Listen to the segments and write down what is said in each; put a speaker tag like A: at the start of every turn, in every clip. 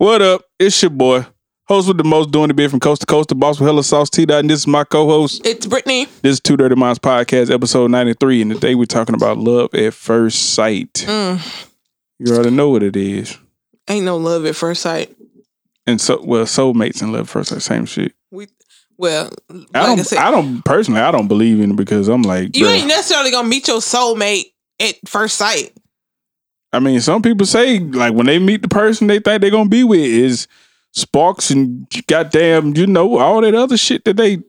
A: What up? It's your boy, host with the most doing the bit from coast to coast, the boss with hella sauce T dot, and this is my co-host.
B: It's Brittany.
A: This is Two Dirty Minds podcast, episode ninety three, and today we're talking about love at first sight. You already know what it is,
B: Mm, Ain't no love at first sight.
A: and so well, soulmates and love at first sight, same shit.
B: We well,
A: I
B: like
A: don't,
B: I
A: I,
B: said,
A: don't personally, I don't believe in it because I'm like,
B: you
A: bruh.
B: ain't necessarily gonna meet your soulmate at first sight.
A: I mean, some people say like when they meet the person they think they're gonna be with is sparks and goddamn, you know, all that other shit that they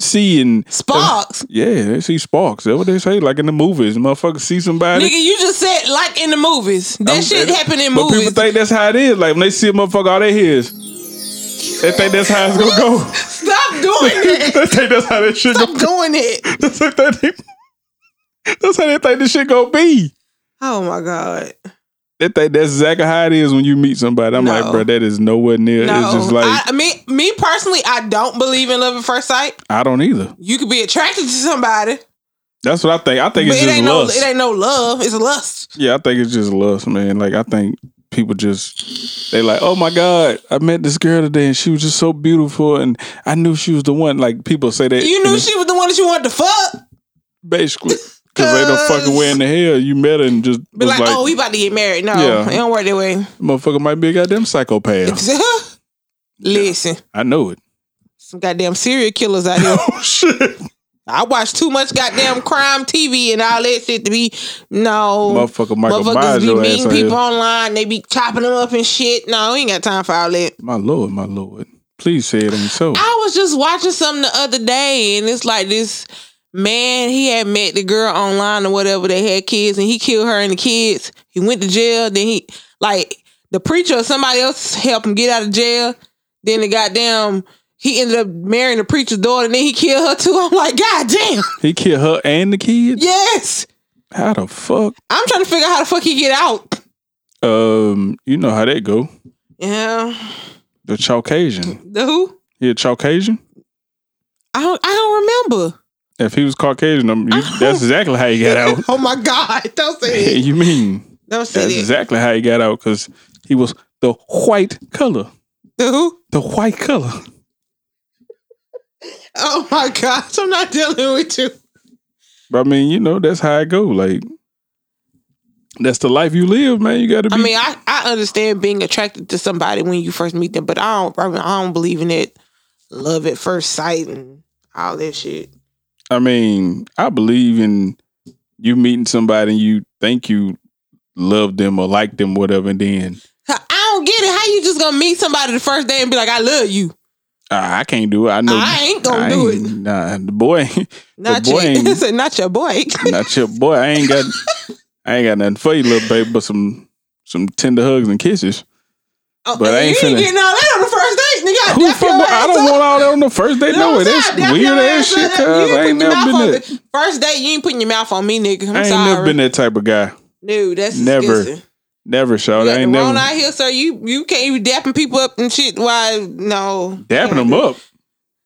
A: see and
B: Sparks,
A: yeah, they see sparks. That's what they say, like in the movies. Motherfuckers see somebody.
B: nigga, you just said like in the movies. That
A: I'm-
B: shit happened in
A: but
B: movies.
A: people think that's how it is. Like when they see a motherfucker, all they hear is they think that's how it's gonna go.
B: Stop doing
A: they
B: it.
A: think that's how that shit
B: Stop
A: go.
B: doing it.
A: That's how they think- that's how they think this shit gonna be.
B: Oh my god.
A: They think that's exactly how it is when you meet somebody. I'm like,
B: No.
A: bro, that is nowhere near.
B: No,
A: It's just like
B: I, I mean, me personally, I don't believe in love at first sight.
A: I don't either.
B: You could be attracted to somebody,
A: That's what I think. I think it's
B: but it
A: just
B: ain't
A: lust.
B: no, it ain't no love. It's lust.
A: yeah, I think it's just lust, man. Like I think people just they like, oh my god, I met this girl today and she was just so beautiful and I knew she was the one. Like people say that
B: You knew she was the one that you wanted to fuck.
A: basically because ain't no fucking way in the hell you met her and just
B: Be
A: was
B: like,
A: like,
B: oh, we about to get married. No,
A: Yeah.
B: it don't work that way.
A: motherfucker might be a goddamn psychopath.
B: Listen,
A: I know it.
B: some goddamn serial killers out here.
A: Oh shit,
B: I watch too much goddamn crime TV and all that shit to be no.
A: motherfucker Michael
B: Motherfuckers
A: Myers
B: be
A: your ass
B: meeting
A: out
B: people
A: here.
B: online. They be chopping them up and shit. No, we ain't got time for all that.
A: My lord, my lord, please say it ain't so.
B: I was just watching something the other day, and it's like this man. He had met the girl online or whatever. They had kids, and he killed her and the kids. He went to jail. Then he like the preacher or somebody else helped him get out of jail. Then the goddamn he ended up marrying the preacher's daughter, and then he killed her too. I'm like, God damn,
A: He killed her and the kids.
B: yes.
A: How the fuck?
B: I'm trying to figure out how the fuck he get out.
A: Um, you know how that go.
B: Yeah,
A: The Caucasian.
B: the who?
A: He a Caucasian?
B: I don't. I don't remember.
A: If he was Caucasian, um, you, that's exactly how he got out.
B: Oh my God! Don't say it.
A: you mean
B: Don't say
A: that's
B: that.
A: exactly how he got out because he was the white color,
B: the who?
A: the white color.
B: Oh my gosh, I'm not dealing with you.
A: But I mean, you know, that's how it go. Like that's the life you live, man. You got to be.
B: I mean, I, I understand being attracted to somebody when you first meet them, but I don't I, mean, I don't believe in it. Love at first sight and all that shit.
A: I mean, I believe in you meeting somebody and you think you love them or like them, whatever, and then
B: I don't get it. How you just gonna meet somebody the first day and be like, "I love you"?
A: "Ah, I can't do it. I know
B: I ain't gonna do it.
A: Nah, the boy,
B: Not
A: the boy
B: your,
A: ain't-
B: it's a- not your boy.
A: not your boy. I ain't got I ain't got nothing for you, little baby, but some some tender hugs and kisses.
B: Oh,
A: But I ain't
B: you
A: finna-
B: ain't getting all that on the first date, nigga.
A: Who
B: Dap
A: fuck
B: your
A: wa- I
B: ass
A: don't
B: up.
A: want all that on the first date.
B: You
A: No,
B: know
A: it
B: what I'm
A: is
B: saying? Dap
A: weird
B: your
A: ass shit,
B: up.
A: cuz
B: You
A: I ain't
B: put your
A: never
B: mouth
A: been
B: on
A: that.
B: me. First date, you ain't putting your mouth on me, nigga. I'm
A: I ain't
B: sorry.
A: never been that type of guy.
B: No, that's
A: Never.
B: Disgusting.
A: Never,
B: You
A: Shaw.
B: got
A: I
B: the
A: ain't
B: wrong
A: never
B: out here, sir. You you can't even dapping people up and shit. Why no?
A: dapping them up.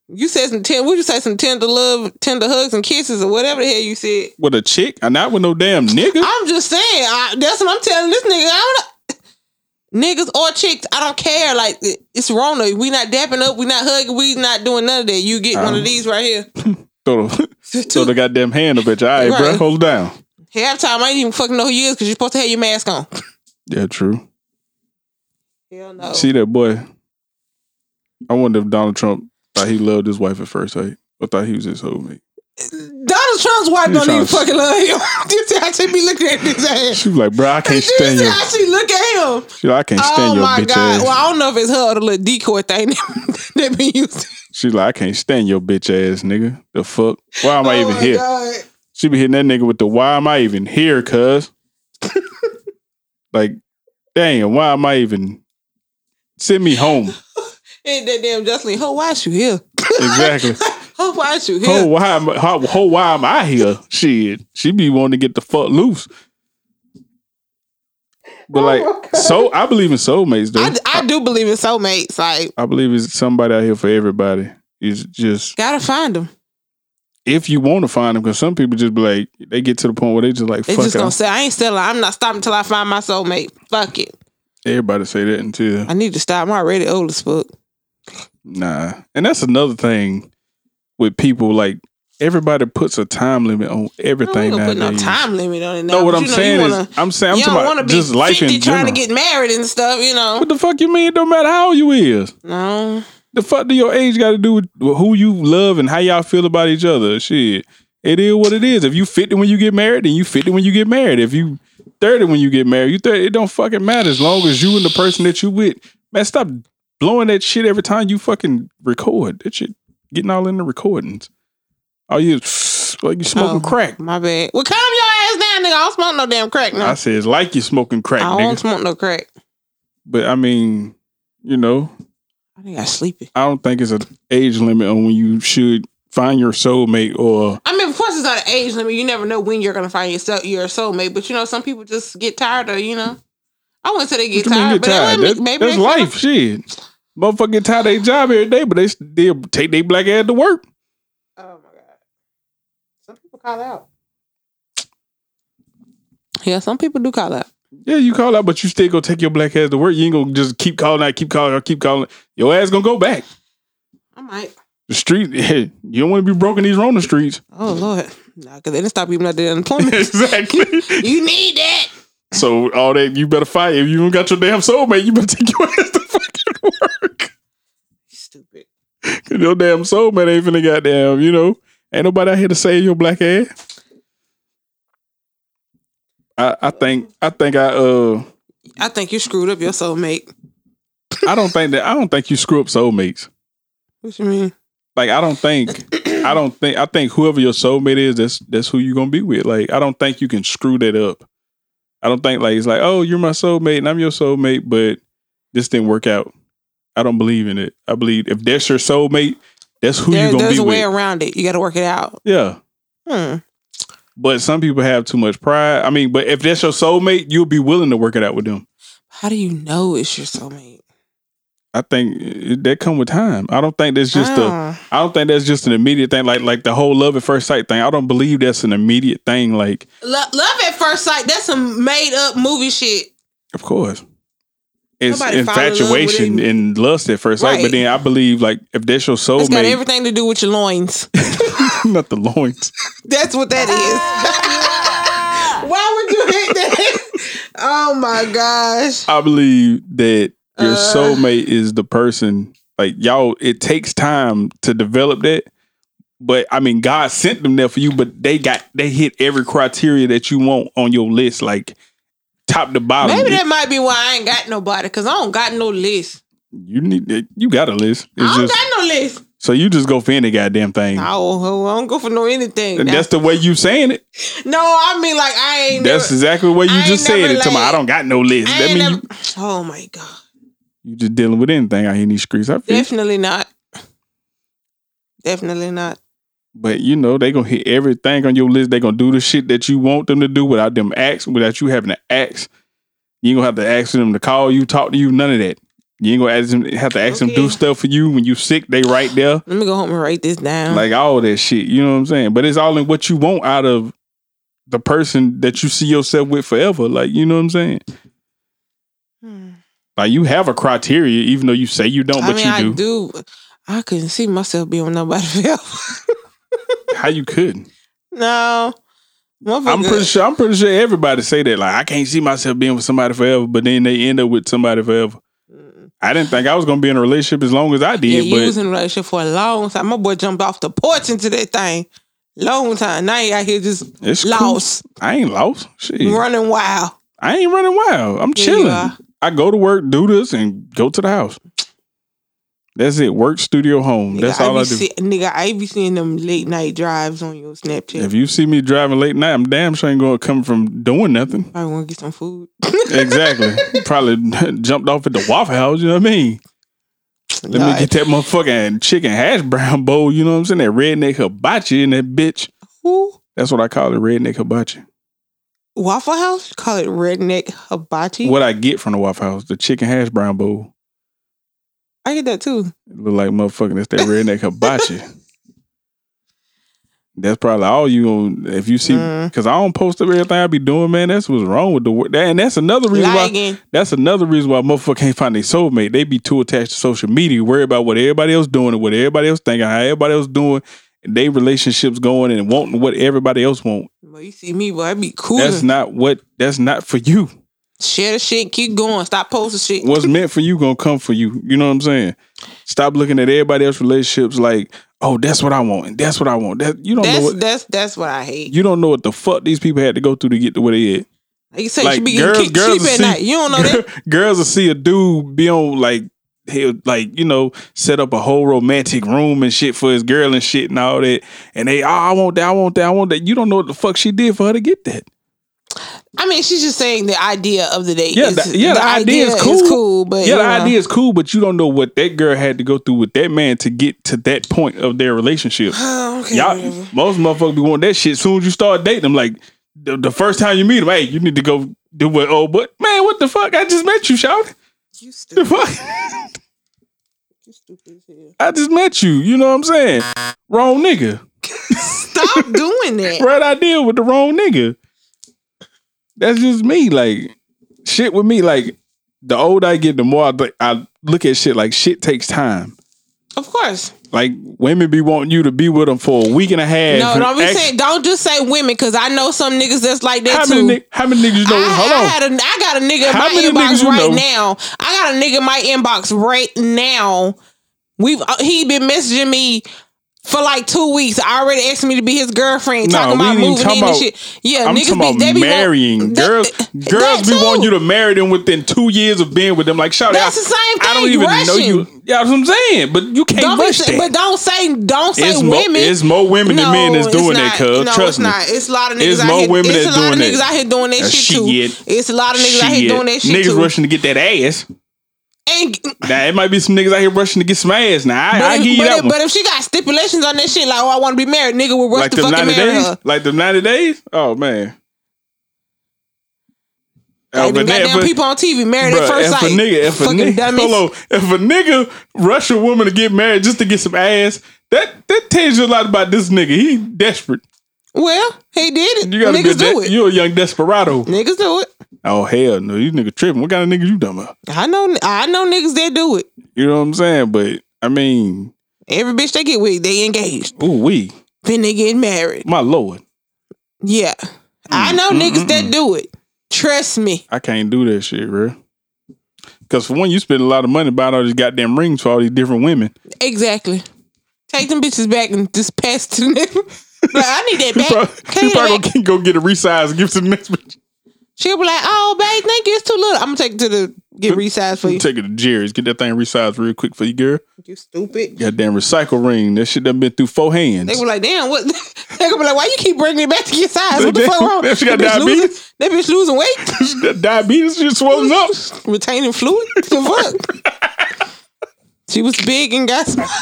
B: You said some ten. Would you say some tender love, tender hugs and kisses, or whatever the hell you said?
A: With a chick, and not with no damn nigga.
B: I'm just saying. I, that's what I'm telling this nigga. I don't niggas or chicks. I don't care. Like it- it's wrong. though. We not dapping up. We not hugging. We not doing none of that. You get one
A: Um,
B: of these right here.
A: Throw, the- throw the goddamn hand up at you. All right, bro,
B: Right.
A: hold it down.
B: Half time, I ain't even fucking know who you is because you're supposed to have your mask on.
A: Yeah, true.
B: Hell no.
A: See that boy. I wonder if Donald Trump thought he loved his wife at first sight. Or thought he was his homie.
B: Donald Trump's wife
A: You
B: don't even
A: tryna-
B: fucking love him. you see how she be looking at this ass.
A: She was like, bro, I
B: You
A: can't stand
B: see
A: you.
B: how she look at him.
A: She like, I can't stand
B: Oh
A: your
B: my
A: bitch
B: god!
A: ass.
B: Well, I don't know if it's her or the little decoy thing they been using.
A: She like, I can't stand your bitch ass, nigga. The fuck? Why am I
B: oh
A: even
B: my
A: here?
B: God.
A: She be hitting that nigga with the why am I even here, cuz? like, damn, why am I even send me home?
B: Ain't that damn Jocelyn? Ho, why is you here?
A: Exactly.
B: Ho, why is you
A: Oh,
B: here?
A: why am I, ho, ho, why am I here? Shit. She be wanting to get the fuck loose. But like so I believe in soulmates though.
B: Oh
A: I,
B: I, I do believe in soulmates. Like,
A: believe it's somebody out here for everybody. It's just
B: gotta find them.
A: if you want to find them, because some people just be like, they get to the point where they just like,
B: They
A: fuck
B: just
A: it.
B: gonna say, I ain't still. I'm not stopping until I find my soulmate. Fuck it.
A: Everybody say that until
B: I need to stop. I'm already old as fuck.
A: nah. And that's another thing with people like everybody puts a time limit on everything
B: I'm
A: now.
B: gonna put no time limit on it. Now,
A: No, what
B: but
A: I'm
B: you know,
A: saying
B: you wanna,
A: is I'm saying I'm
B: you
A: talking
B: don't
A: about
B: want to be
A: just
B: 50
A: life in general.
B: trying to get married and stuff. You know,
A: what the fuck you mean? Don't matter how old you is.
B: no.
A: The fuck do your age got to do with who you love and how y'all feel about each other? Shit, it is what it is. If you 50 when you get married, then you 50 when you get married. If you 30 when you get married, you 30. It don't fucking matter as long as you and the person that you with. Man, stop blowing that shit every time you fucking record. That shit getting all in the recordings. Oh, you like you smoking
B: Oh,
A: crack.
B: My bad. Well, calm your ass down, nigga. I don't smoke no damn crack. No,
A: I says like you smoking crack,
B: I
A: nigga.
B: don't smoke no crack.
A: but I mean, you know,
B: I think I sleepy.
A: I don't think it's an age limit on when you should find your soulmate or
B: I mean, of course, it's not an age limit. You never know when you're gonna find yourself your soulmate. But you know, some people just get tired of you know. I wouldn't say they get
A: What you mean get
B: tired, but they
A: tired?
B: let me-
A: That's,
B: maybe
A: that's
B: they
A: life. Shit. Motherfucker get tired of their job every day, but they still take their black ass to work.
B: Oh my god. Some people call out. Yeah, some people do call out.
A: Yeah, you call out, but you still go take your black ass to work. You ain't gonna just keep calling out, keep calling out, keep calling. Your ass gonna go back.
B: I might.
A: The street, you don't want to be broken these Rona streets.
B: Oh lord. Nah, cause they didn't stop even at the unemployment.
A: exactly.
B: you need that.
A: so all that you better fight. If you don't got your damn soulmate, you better take your ass to fucking work.
B: Stupid.
A: Cause your damn soulmate ain't finna goddamn, you know. Ain't nobody out here to save your black ass. I, I think I think I uh
B: I think you screwed up your soulmate.
A: I don't think that I don't think you screw up soulmates.
B: What you mean?
A: Like I don't think I don't think I think whoever your soulmate is, that's that's who you're gonna be with. Like I don't think you can screw that up. I don't think like it's like, oh, you're my soulmate and I'm your soulmate, but this didn't work out. I don't believe in it. I believe if that's your soulmate, that's who
B: There,
A: you're gonna
B: there's
A: be
B: a
A: with.
B: way around it. You got to work it out.
A: yeah.
B: Hmm.
A: But some people have too much pride. I mean, but if that's your soulmate, you'll be willing to work it out with them.
B: How do you know it's your soulmate?
A: I think it- that come with time. I don't think that's just a.
B: Ah.
A: I don't think that's just an immediate thing. Like like the whole love at first sight thing. I don't believe that's an immediate thing. Like,
B: Lo- love at first sight. That's some made up movie shit.
A: of course, it's
B: Nobody fall in love with
A: infatuation
B: it.
A: and lust at first sight. But
B: Right.
A: then I believe like if that's your
B: It's got
A: soulmate,
B: everything to do with your loins.
A: not the loins.
B: That's what that is. Why would you hate that? oh my gosh.
A: I believe that your
B: Uh.
A: soulmate is the person. Like y'all, it takes time to develop that. But I mean, God sent them there for you. But they got they hit every criteria that you want on your list, like top to bottom.
B: Maybe that might be why I ain't got nobody, cause I don't got no list.
A: you need you got a list.
B: I
A: It's
B: don't
A: just
B: got no list.
A: so you just go for any goddamn thing.
B: I don't, I don't go for no anything.
A: And that's the way you saying it.
B: no, I mean like I ain't.
A: That's
B: never,
A: exactly what you
B: I
A: just
B: ain't
A: said it
B: never
A: to me.
B: like-
A: I don't got no list.
B: I
A: That
B: ain't
A: means
B: never,
A: you,
B: oh my god,
A: you just dealing with anything out here in these streets. I feel. you.
B: definitely not. Definitely not.
A: But you know, they gonna hit everything on your list. They gonna do the shit that you want them to do without them acts, without you having to ask. You ain't gonna have to ask them to call you, talk to you, none of that. You ain't gonna ask them have to ask them to do
B: Okay.
A: stuff for you when you sick, they right there.
B: Let me go home and write this down.
A: Like all that shit. You know what I'm saying? But it's all in what you want out of the person that you see yourself with forever. Like, you know what I'm saying?
B: Hmm.
A: Like you have a criteria, even though you say you don't,
B: I
A: but
B: mean,
A: you
B: I
A: do.
B: do. I couldn't see myself being with nobody else.
A: How you couldn't?
B: No.
A: I'm
B: Motherfucker.
A: pretty sure I'm pretty sure everybody say that. Like, I can't see myself being with somebody forever, but then they end up with somebody forever. I didn't think I was gonna be in a relationship as long as I
B: Mm. Yeah,
A: did,
B: you was
A: but
B: in a relationship for a long time. My boy jumped off the porch into that thing. Long time. Now you out here just
A: it's cool.
B: lost,
A: I ain't lost. Shit.
B: running wild.
A: I ain't running wild. I'm
B: Yeah, you
A: chilling.
B: are.
A: I go to work, do this, and go to the house. That's it. Work, studio, home. That's
B: Nigga,
A: all
B: be
A: I do.
B: see- nigga, I be seeing them late night drives on your Snapchat.
A: If you see me driving late night, I'm damn sure ain't gonna come from doing nothing.
B: Probably want to get some food.
A: Exactly. Probably jumped off at the Waffle House. You know what I mean? Let
B: Nah,
A: me get that motherfucking chicken hash brown bowl. You know what I'm saying? That redneck hibachi in that bitch.
B: who?
A: That's what I call it, redneck hibachi.
B: Waffle House? Call it redneck hibachi.
A: What I get from the Waffle House, the chicken hash brown bowl.
B: I get that too.
A: It look like motherfucking that's that redneck hibachi. That's probably all you gonna if you see because I don't post up everything I be doing, man. That's what's wrong with the world. That, and that's another reason
B: Lagging.
A: why that's another reason why motherfuckers can't find their soulmate. They be too attached to social media, worry about what everybody else doing and what everybody else thinking, how everybody else doing, and they relationships going and wanting what everybody else want.
B: Well, you see me, but I be cool.
A: That's not what that's not for you.
B: Share the shit. Keep going. Stop posting shit.
A: what's meant for you gonna come for you. You know what I'm saying? Stop looking at everybody else's relationships like, oh, that's what I want and that's what I want. That you don't know
B: That's
A: what
B: that's that's what I hate.
A: you don't know what the fuck these people had to go through to get to where they at.
B: Like you say,
A: Like
B: you be
A: girls,
B: girls, kicked
A: girls
B: sleep at
A: see-
B: night. You don't know that.
A: Girls will see a dude be on like he'll like, you know, set up a whole romantic room and shit for his girl and shit and all that. And they, oh, I want that, I want that, I want that. You don't know what the fuck she did for her to get that.
B: I mean, she's just saying the idea of the date.
A: Yeah,
B: is-
A: the, yeah, the, idea, is cool.
B: but
A: yeah,
B: you know,
A: the idea is cool, but you don't know what that girl had to go through with that man to get to that point of their relationship.
B: Oh, okay,
A: Y'all,
B: whatever.
A: most motherfuckers be wanting that shit. soon as you start dating them, like the, the first time you meet them, hey, you need to go do what? Oh, but man, what the fuck? I just met you, shout.
B: You
A: The
B: stupid.
A: fuck?
B: You stupid as hell.
A: I just met you. You know what I'm saying? Wrong nigga.
B: Stop doing that.
A: Right idea with the wrong nigga. That's just me. Like shit with me. Like the older I get, the more I, th- I look at shit. Like shit takes time.
B: Of course.
A: Like women be wanting you to be with them for a week and a half.
B: No, don't be
A: Ask-
B: saying. Don't just say women, because I know some niggas that's like that
A: how
B: too.
A: many ni- how many niggas know?
B: I,
A: hold
B: I
A: on.
B: had a, I got a nigga in
A: How many
B: my
A: niggas
B: inbox
A: you
B: right
A: know?
B: now. I got a nigga in my inbox right now. We've uh, he been messaging me for like two weeks. I already asked me to be his girlfriend,
A: Nah,
B: talking
A: we
B: about
A: ain't even
B: moving
A: talking
B: in and
A: about-
B: shit. Yeah,
A: I'm
B: niggas
A: talking about
B: be, they be want-
A: marrying
B: that-
A: girls.
B: that
A: girls
B: too.
A: be wanting you to marry them within two years of being with them. Like, shout
B: That's
A: out.
B: the same
A: I don't
B: thing,
A: even know
B: rushing.
A: you. Yeah, that's what I'm saying. But you can't
B: Don't be,
A: rush
B: say-
A: that.
B: but don't say don't say
A: it's,
B: women.
A: More, it's more women than men that's
B: it's
A: doing that,
B: not.
A: cuz.
B: No,
A: Trust
B: it's
A: me.
B: not. It's a lot of niggas
A: It's
B: out
A: more
B: here.
A: women
B: it's
A: that's
B: a lot
A: doing
B: of niggas
A: that.
B: out here doing that
A: That's
B: shit too.
A: shit.
B: It's a lot of niggas out here
A: Shit.
B: doing that shit
A: niggas
B: too.
A: rushing to get that ass.
B: And
A: Now it might be some niggas out here rushing to get some ass. Now I,
B: but,
A: I
B: if,
A: give you
B: but,
A: that
B: if,
A: one.
B: but if she got stipulations on that shit, like oh I want to be married, nigga will rush
A: like
B: to
A: them
B: fucking
A: ninety
B: marry
A: days. Oh,
B: her.
A: Like them ninety days. Oh man.
B: Like them
A: that-
B: goddamn people on TV married at
A: Bruh,
B: first
A: if
B: sight.
A: a nigga, if a
B: fucking
A: nigga,
B: dummies.
A: hold on, if a nigga rush a woman to get married just to get some ass, that that tells you a lot about this nigga. He desperate.
B: Well, he did it.
A: You gotta
B: niggas
A: be a de-
B: do it.
A: You're a young desperado.
B: niggas do it.
A: Oh hell no, you nigga tripping. What kind of nigga you talking about?
B: I know. I know niggas that do it.
A: You know what I'm saying? But I mean,
B: Every bitch they get with, they engaged.
A: ooh we,
B: Then they get married.
A: my lord,
B: Yeah, I
A: Mm,
B: know niggas that do it. Trust me.
A: I can't do that shit, bro. Cause for one, you spend a lot of money buying all these goddamn rings for all these different women.
B: Exactly. Take them bitches back and just pass to them. like, I need that
A: You
B: back.
A: probably,
B: Can
A: you
B: I get it
A: probably
B: back?
A: gonna go get a resize and give it to the next bitch.
B: She'll be like, "Oh, babe, thank you. It's too little. I'm gonna take it to the get resized for you.
A: Take it to Jerry's, get that thing resized real quick for you, girl.
B: You stupid."
A: Goddamn recycle ring. That shit done been through four hands.
B: They were like, "Damn, what?" They gonna be like, "Why you keep bringing it back to your size? What the fuck wrong?"
A: That she got
B: bitch
A: diabetes?
B: losing- That bitch losing weight,
A: That Diabetes just swollen up.
B: retaining fluid. The fuck. She was big and got. Some-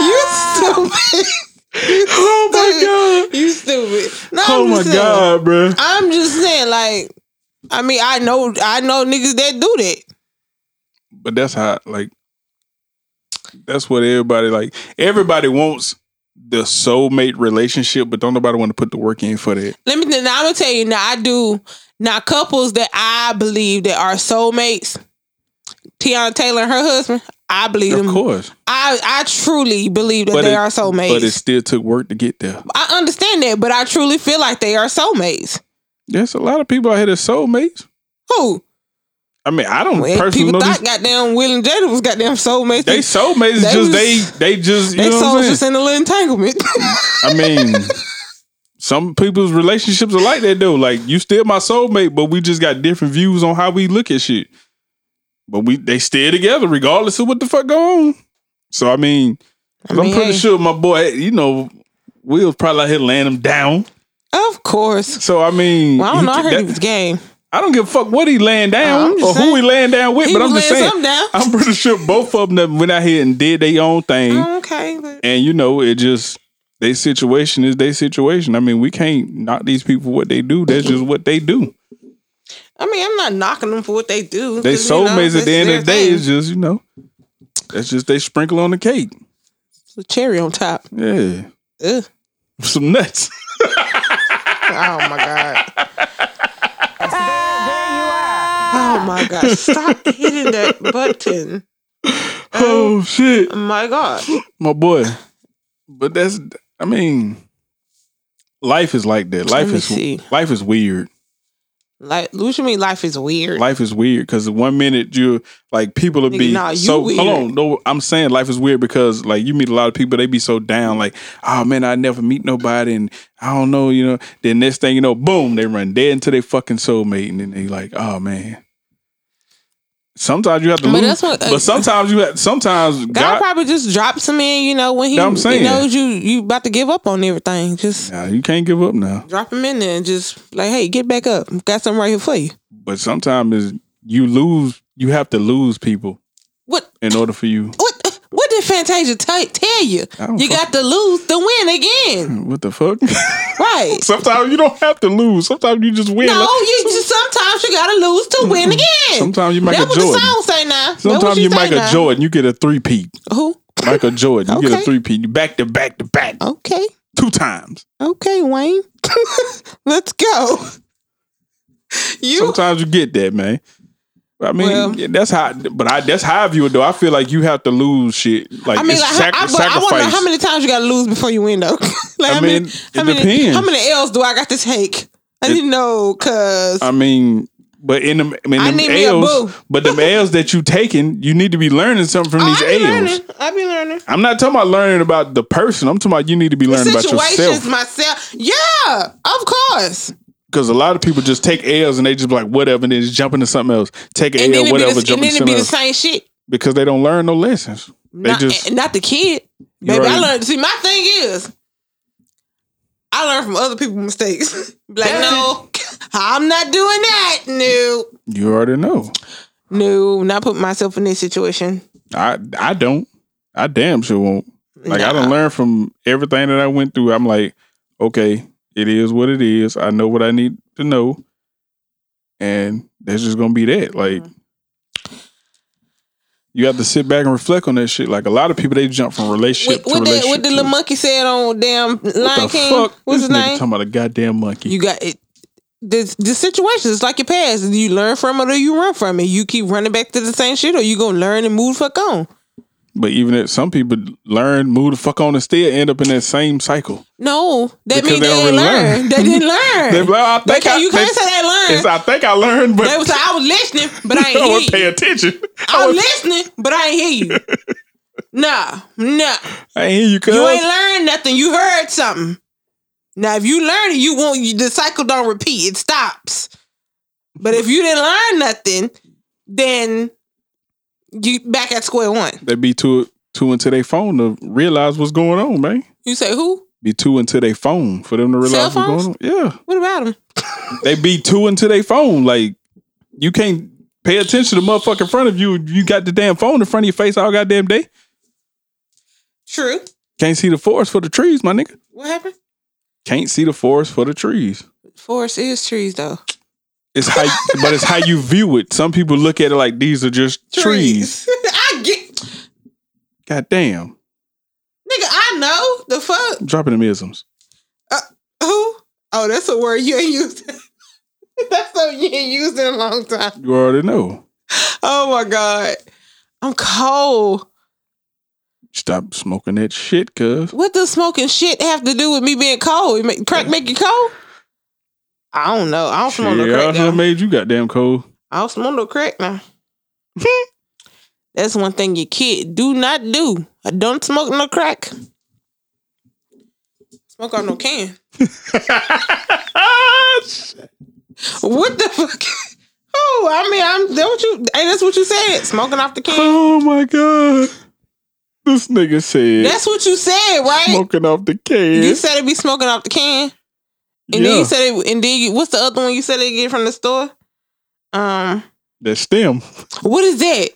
B: you stupid.
A: Oh my god.
B: You stupid. No,
A: Oh
B: I'm
A: my
B: just saying.
A: god, bro.
B: I'm just saying, like, I mean, I know, I know niggas that do that.
A: But that's how like that's what everybody like. Everybody wants the soulmate relationship, but don't nobody want to put the work in for that.
B: Let me. Now I'm gonna tell you. Now I do. Now couples that I believe that are soulmates, Tiana Taylor and her husband. I believe
A: Of
B: them.
A: course.
B: I I truly believe that
A: But
B: they
A: it-
B: are
A: But it
B: soulmates.
A: still took work to get there.
B: I understand that, but I truly feel like they are soulmates.
A: There's a lot of people out here that's soulmates.
B: Who?
A: I mean, I don't
B: Well,
A: personally
B: people
A: know
B: thought
A: these.
B: goddamn Will and Jada was goddamn soulmates.
A: They
B: They,
A: soulmates
B: They
A: just
B: was-
A: they they just you
B: they
A: know what I'm
B: souls
A: saying?
B: just in a little entanglement.
A: I mean, some people's relationships are like that though. Like you still my soulmate, but we just got different views on how we look at shit. But we they stay together regardless of what the fuck go on. So I mean, 'cause
B: mean,
A: I'm pretty
B: hey.
A: sure my boy, you know, Will's probably out here laying him down.
B: of course.
A: So I mean,
B: Well, I don't
A: he
B: know. I
A: can-
B: heard he
A: that-
B: was game.
A: I don't give a fuck what he laying down
B: I'm just
A: or who
B: saying.
A: he laying down with.
B: He
A: but
B: was
A: I'm just
B: laying
A: saying,
B: something down.
A: I'm pretty sure both of them done went out here and did their own thing.
B: Oh, Okay. But
A: And you know, it just their situation is their situation. I mean, we can't knock these people what they do. That's just what they do.
B: I mean, I'm not knocking them for what they do.
A: They
B: 'cause, you know,
A: soulmates at
B: that's
A: the end
B: their
A: of the day.
B: thing.
A: It's just you know, that's just they sprinkle on the cake.
B: It's a cherry on top.
A: Yeah,
B: Ugh.
A: some nuts.
B: Oh my god. Oh my god. Stop hitting that button.
A: oh shit,
B: My god.
A: my boy. But that's I mean, life is like that. Life
B: me
A: is
B: see.
A: life is weird.
B: Like what you mean life is weird.
A: Life is weird because one minute you're like people will
B: Nigga,
A: be
B: nah, you
A: so
B: weird.
A: hold on. No, I'm saying life is weird because like you meet a lot of people, they be so down, like, oh man, I never meet nobody and I don't know, you know. Then next thing you know, boom, they run dead into their fucking soulmate, and then they like, oh man. Sometimes you have to
B: But
A: lose,
B: that's what- uh,
A: but sometimes you have, sometimes God,
B: God, probably just drops him in, you know, when he,
A: That's what I'm saying.
B: he knows you you about to give up on everything. Just
A: Nah, you can't give up now.
B: drop him in there and just like, hey, get back up. Got something right here for you.
A: but sometimes you lose you have to lose people
B: What
A: in order for you
B: what what did Fantasia t- tell you?
A: I don't
B: You got to lose to win again.
A: what the fuck
B: Right.
A: sometimes you don't have to lose sometimes you just win
B: No,
A: Like,
B: you just sometimes you gotta lose to win again.
A: Sometimes you Michael
B: That's what
A: Jordan.
B: the song say now. That's what
A: sometimes
B: she
A: you
B: say
A: make a
B: now.
A: jordan you get a three peat
B: Who?
A: michael jordan you get a
B: Okay.
A: three peat you back to back to back
B: Okay,
A: two times
B: okay, Wayne. Let's go. You
A: sometimes you get that man I mean,
B: Well-
A: yeah, that's how, but I that's how I view it though. I feel like you have to lose shit, like
B: I mean,
A: it's
B: like,
A: sac-
B: I, I, but I
A: sacrifice.
B: want to know how many times you got to lose before you win, though. like,
A: I
B: how many-
A: mean,
B: how
A: it
B: many,
A: depends.
B: How many L's do I got to take? I need to know, cause
A: I mean, but in them, in
B: I
A: them
B: need me a boo.
A: L's, but them L's that you taking, you need to be learning something from
B: Oh,
A: these
B: I be
A: L's.
B: learning. I be learning.
A: I'm not talking about learning about the person. I'm talking about you need to be learning about
B: Situations
A: yourself
B: myself. Yeah, of course.
A: because a lot of people just take L's and they just be like whatever and then just jump into something else, take an
B: And
A: L,
B: then it
A: whatever,
B: be the, and
A: jump
B: then
A: into
B: it be
A: something
B: the
A: else
B: same shit.
A: because they don't learn no lessons. They
B: not,
A: just
B: eh, not the kid. Baby,
A: Right.
B: I learned. See, my thing is, I learn from other people's mistakes. like, no, I'm not doing that. No,
A: you already know.
B: no, not putting myself in this situation.
A: I I don't. I damn sure won't. Like I
B: Nah.
A: don't learn from everything that I went through. I'm like, okay, it is what it is. I know what I need to know, and that's just gonna be that. Like,
B: Mm-hmm.
A: you have to sit back and reflect on that shit. Like a lot of people, they jump from relationship
B: What,
A: to
B: what, the,
A: relationship.
B: what the
A: to-
B: little monkey said on damn
A: What
B: Lion
A: the
B: King?
A: fuck?
B: What's
A: this
B: his
A: nigga
B: name?
A: talking about a goddamn monkey.
B: you got it. The, the situation is like your past. Do You learn from it or you run from it. You keep running back to the same shit or you gonna learn and move the fuck on.
A: but even if some people learn, move the fuck on, and still end up in that same cycle.
B: No, that
A: Because
B: means
A: they
B: they,
A: don't
B: didn't
A: really
B: learn.
A: learn.
B: They didn't learn.
A: They be like, "Oh, I think I-
B: can't, you can't
A: they-
B: say they learned.
A: It's, I think I learned, but
B: They was like, I was listening, but I
A: I
B: ain't
A: would
B: hear
A: pay
B: you.
A: attention.
B: I
A: would-
B: was listening, but I ain't hear you. Nah, nah.
A: I ain't hear you, cuz.
B: You ain't learned nothing. You heard something. Now, if you learn it, you won't. You, the cycle don't repeat. It stops. But if you didn't learn nothing, then you back at square one.
A: they be too too into their phone to realize what's going on, man.
B: You say who?
A: Be too into their phone for them to realize what's
B: Cell
A: going on. Yeah,
B: What about him?
A: they be too into their phone. Like you can't pay attention to the motherfucker in front of you. You got the damn phone in front of your face all goddamn day.
B: True.
A: Can't see the forest for the trees, my nigga.
B: What happened?
A: Can't see the forest for the trees.
B: Forest is trees though.
A: It's how, but it's how you view it. Some people look at it like these are just trees.
B: I get.
A: God damn,
B: Nigga, I know the fuck.
A: dropping them isms.
B: Who? Oh, that's a word you ain't used. that's something you ain't used in a long time.
A: You already know.
B: Oh my god, I'm cold.
A: Stop smoking that shit, cuz.
B: What does smoking shit have to do with me being cold? It make, crack make you cold? I don't know. I don't smoke no
A: Yeah,
B: crack.
A: I
B: Now.
A: made you goddamn cold.
B: I don't smoke no crack now. That's one thing your kid do not do. I don't smoke no crack. Smoke on no can. What the fuck? Oh, I mean, I'm. That what you? Hey, that's what you said. Smoking off the can.
A: Oh my god. This nigga said
B: That's what you said, right?
A: smoking off the can.
B: You said it be smoking off the can, and then
A: yeah.
B: you said it. And then you, what's the other one you said they get from the store? Um,
A: that stem.
B: what is that?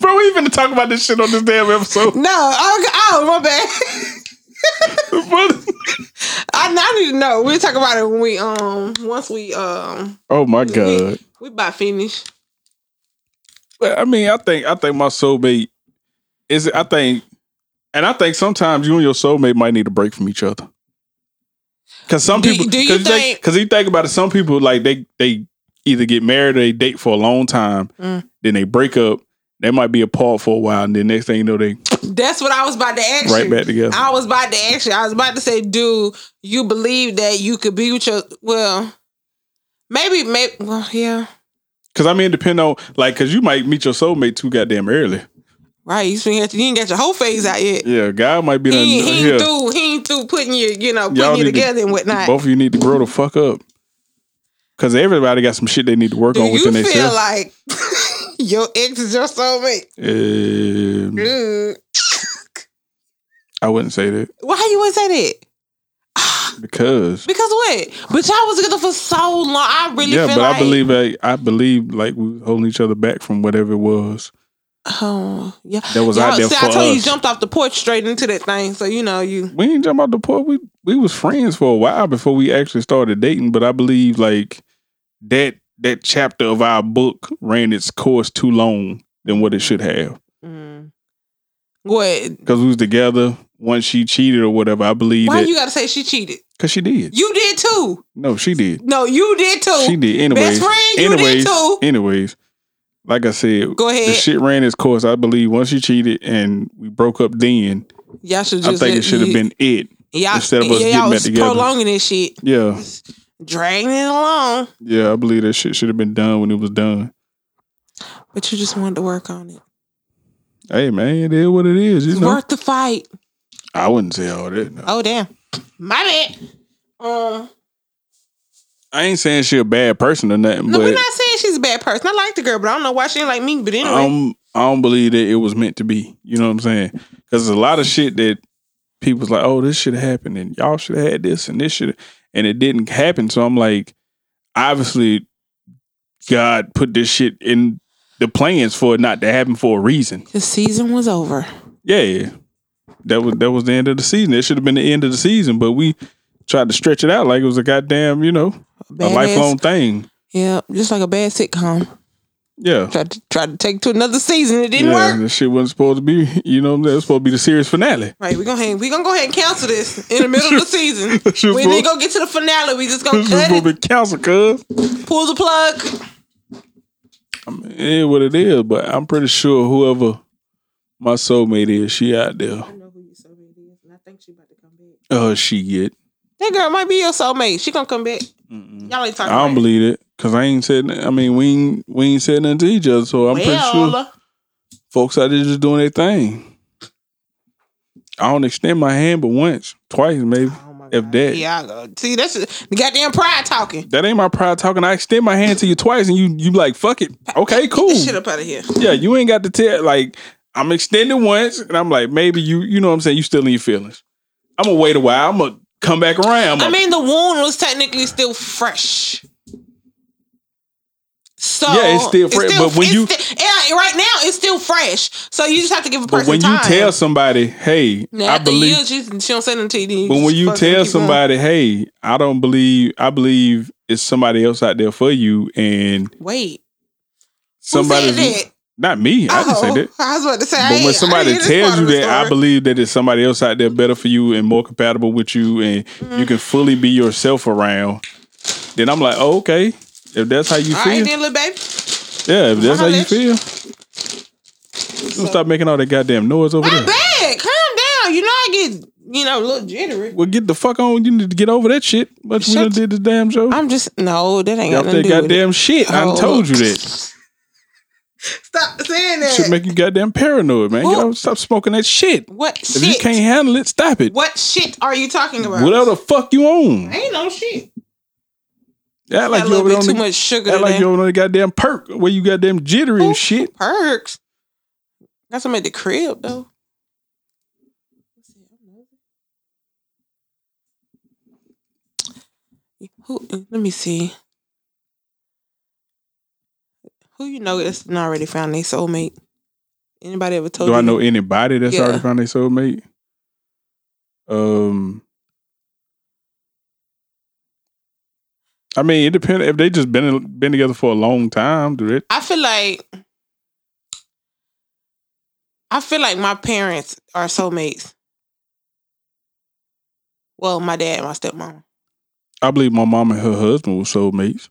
A: Bro, we even talk about this shit on this damn episode.
B: No, oh, oh my bad. I now need to know. We'll talk about it when we um once we um
A: oh my
B: we,
A: god.
B: we about finished.
A: But I mean, I think I think my soulmate is I think and I think sometimes you and your soulmate might need a break from each other. Because some
B: Do-
A: people,
B: do you
A: because
B: think-
A: you, think about it, some people like they they either get married or they date for a long time,
B: Mm.
A: then they break up. They might be apart for a while, and then next thing you know, they
B: That's what I was about to ask
A: right
B: you.
A: back together.
B: I was about to ask you. I was about to say, do you believe that you could be with your well? Maybe, maybe. Well, yeah.
A: Because I mean, depend on like, because you might meet your soulmate too goddamn early.
B: Right. You still got you ain't got your whole phase out yet.
A: Yeah, God might be.
B: He,
A: done-
B: he
A: yeah.
B: ain't through. He ain't through putting you, you know, putting
A: Y'all
B: you
A: need to-
B: together and whatnot.
A: Both of you need to grow the fuck up. Because everybody got some shit they need to work
B: do
A: on
B: you
A: within
B: feel
A: themselves.
B: like your ex is your soulmate?
A: Um,
B: Mm.
A: I wouldn't say that
B: Why you wouldn't say that?
A: because.
B: Because what? But y'all was together for so long. I really
A: yeah,
B: feel
A: but
B: like
A: I believe like, I believe like we was holding each other back from whatever it was
B: Oh yeah.
A: that was
B: Y'all,
A: out there
B: see,
A: for
B: I told you, you
A: us.
B: jumped off the porch straight into that thing. So you know you
A: we didn't jump out the port. We we was friends for a while before we actually started dating. But I believe like that that chapter of our book ran its course too long than what it should have.
B: Mm. What?
A: because we was together. Once she cheated or whatever, I believe
B: Why
A: that
B: you gotta say she cheated?
A: because she did.
B: You did too.
A: No, she did.
B: No, you did too.
A: She did. Anyways,
B: Best friend, you
A: anyways,
B: did too.
A: anyways. Like I said,
B: Go
A: the
B: ahead.
A: shit ran its course. I believe once she cheated and we broke up, then
B: y'all should
A: I
B: just.
A: think
B: let-
A: it should have
B: you-
A: been it.
B: Y'all,
A: instead of us
B: yeah,
A: getting
B: y'all
A: back
B: was
A: together.
B: prolonging this shit,
A: Yeah,
B: dragging it along,
A: yeah. I believe that shit should have been done when it was done.
B: but you just wanted to work on it.
A: Hey man, it is what it is. You
B: It's
A: know,
B: worth the fight.
A: I wouldn't say all that. no.
B: Oh damn, my bad. Um,
A: I ain't saying she a bad person or nothing,
B: no,
A: but
B: we're not saying she's a bad person. I like the girl, but I don't know why she ain't like me. But
A: I
B: anyway,
A: don't, I don't believe that it was meant to be. You know what I'm saying? Because there's a lot of shit that people's like, oh, this should have happened, and y'all should have had this, and this should, and it didn't happen. So I'm like, obviously, God put this shit in the plans for it not to happen for a reason.
B: the season was over.
A: Yeah, yeah. that was that was the end of the season. It should have been the end of the season, but we tried to stretch it out like it was a goddamn, you know, a
B: Badass-
A: lifelong thing.
B: Yeah, just like a bad sitcom.
A: Yeah.
B: Tried to tried to take it to another season. It didn't
A: Yeah,
B: work.
A: this shit wasn't supposed to be, you know, that was supposed to be the series finale.
B: Right, we're gonna hang, we gonna go ahead and cancel this in the middle of the season.
A: She was
B: we
A: supposed-
B: didn't go get to the finale. We just gonna
A: This is
B: cut
A: gonna
B: it,
A: be canceled, cuz.
B: pull the plug.
A: I mean, it is what it is, but I'm pretty sure whoever my soulmate is, she out there.
B: I know who your soulmate is, and I think she about to come back.
A: Oh, she get.
B: That girl might be your soulmate. She gonna come back.
A: Mm-mm.
B: Y'all ain't talking.
A: I don't
B: about it.
A: believe it, cause I ain't said. I mean, we ain't we ain't said nothing to each other, so I'm pretty
B: Well,
A: sure folks out there just doing their thing. I don't extend my hand, but once, twice, maybe.
B: Oh my
A: If
B: God.
A: that-
B: yeah, I go. see that's the goddamn pride talking.
A: That ain't my pride talking. I extend my hand to you twice, and you you like fuck it. Okay, cool.
B: This shit up out of here.
A: Yeah, you ain't got to tell. Like, I'm extending once, and I'm like, maybe you, you know what I'm saying? You still in your feelings. I'm gonna wait a while. I'm gonna come back around.
B: I
A: I'm
B: mean, the wound was technically still fresh. So
A: Yeah, it's still fresh, but when
B: it's
A: you-
B: sti- yeah, right now it's still fresh. So you just have to give a person
A: but when you
B: time.
A: tell somebody, hey,
B: Now,
A: I
B: after
A: believe.
B: years, you, she don't say nothing to you. then you
A: But when
B: just
A: you
B: fucking
A: tell
B: keep going.
A: somebody, hey, I don't believe. I believe it's somebody else out there for you, and
B: wait, somebody
A: somebody's
B: who said that?
A: not me. I didn't
B: Oh,
A: say that.
B: I was about to say, I
A: But
B: ain't- I
A: when somebody
B: didn't hear this
A: tells
B: part
A: you
B: of the
A: that, I
B: story.
A: believe that there's somebody else out there better for you and more compatible with you, and you can fully be yourself around. Then I'm like, oh, okay, if that's how you
B: All
A: feel,
B: right, then, little baby.
A: yeah, if that's how you
B: holla at you.
A: feel, don't stop making all that goddamn noise over
B: My
A: there.
B: bad. Calm down. You know I get, you know, a little jittery.
A: Well, get the fuck on. You need to get over that shit. Much we done
B: Shut
A: did this damn show.
B: I'm just no. That ain't got
A: Got
B: nothing
A: that
B: to do with it.
A: goddamn shit. I done
B: Oh.
A: told you that.
B: Stop saying that.
A: Should make you goddamn paranoid, man. You
B: Who-
A: know, stop smoking that shit.
B: what
A: If you
B: shit?
A: can't handle it, stop it.
B: What shit are you talking about?
A: Whatever the fuck you on.
B: Ain't no shit.
A: Act
B: Like
A: like
B: a
A: you
B: little
A: over there
B: bit
A: on
B: too
A: the
B: much sugar.
A: Act
B: in
A: like
B: there.
A: you over on the goddamn perk where you goddamn jittery
B: Ooh,
A: and shit.
B: Perks. Got some at the crib though. Who? uh, Let me see. Who you know that's not already found their soulmate? Anybody ever told
A: Do
B: you?
A: I know anybody that's
B: Oh, Yeah.
A: already found their soulmate? Um, I mean, it depends. If they just been been together for a long time, do it.
B: I feel like I feel like my parents are soulmates. Well, my dad and my stepmom.
A: I believe my mom and her husband were soulmates.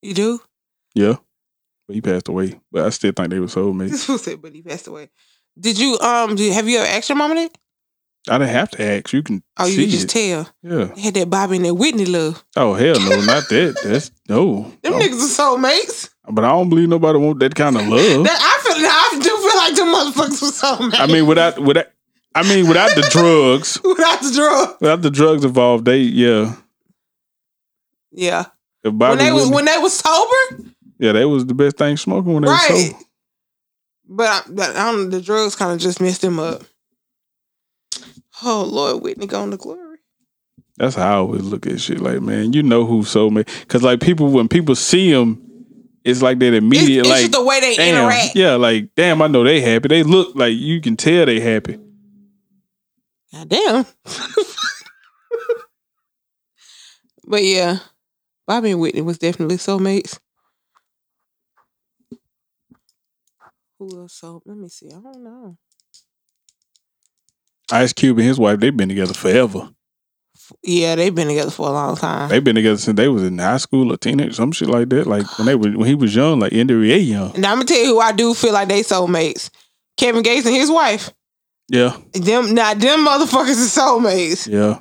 B: You do?
A: Yeah. But he passed away. But I still think they were soulmates.
B: This was it, but he passed away. Did you um? Do, have you ever asked your mom that?
A: I didn't have to ask. You can
B: Oh, you
A: see
B: could just
A: it.
B: tell.
A: yeah.
B: They had that Bobby and that Whitney love.
A: Oh hell no, not that. That's no.
B: Them
A: No.
B: niggas are soulmates.
A: But I don't believe nobody want that kind of love.
B: That, I feel. I do feel like them motherfuckers were soulmates.
A: I mean, without without I mean, without the drugs,
B: without the drug.
A: without the drugs involved, they yeah.
B: Yeah.
A: If
B: When
A: Bobby
B: they was
A: Whitney-
B: when they was sober,
A: yeah, they was the best thing smoking when they was
B: right?
A: sober.
B: But I, but I don't. know, The drugs kind of just messed them up. Oh Lord, Whitney gone to glory.
A: That's how I always look at shit. Like, man, you know who soulmate? Because like people, when people see them, it's like that
B: It's,
A: immediate
B: it's
A: like
B: just the way they
A: damn,
B: interact.
A: yeah, like damn, I know they happy. They look like you can tell they happy.
B: God Ah, damn. but yeah, Bobby and Whitney was definitely soulmates. Who else? So let me see. I don't know.
A: Ice Cube and his wife, they've been together forever.
B: Yeah, they've been together for a long time.
A: They've been together since they was in high school or teenage, some shit like that. Like when they were when he was young, like NWA young.
B: And I'm gonna tell you who I do feel like they soulmates. Kevin Gates and his wife.
A: Yeah,
B: Them now them motherfuckers is soulmates.
A: yeah.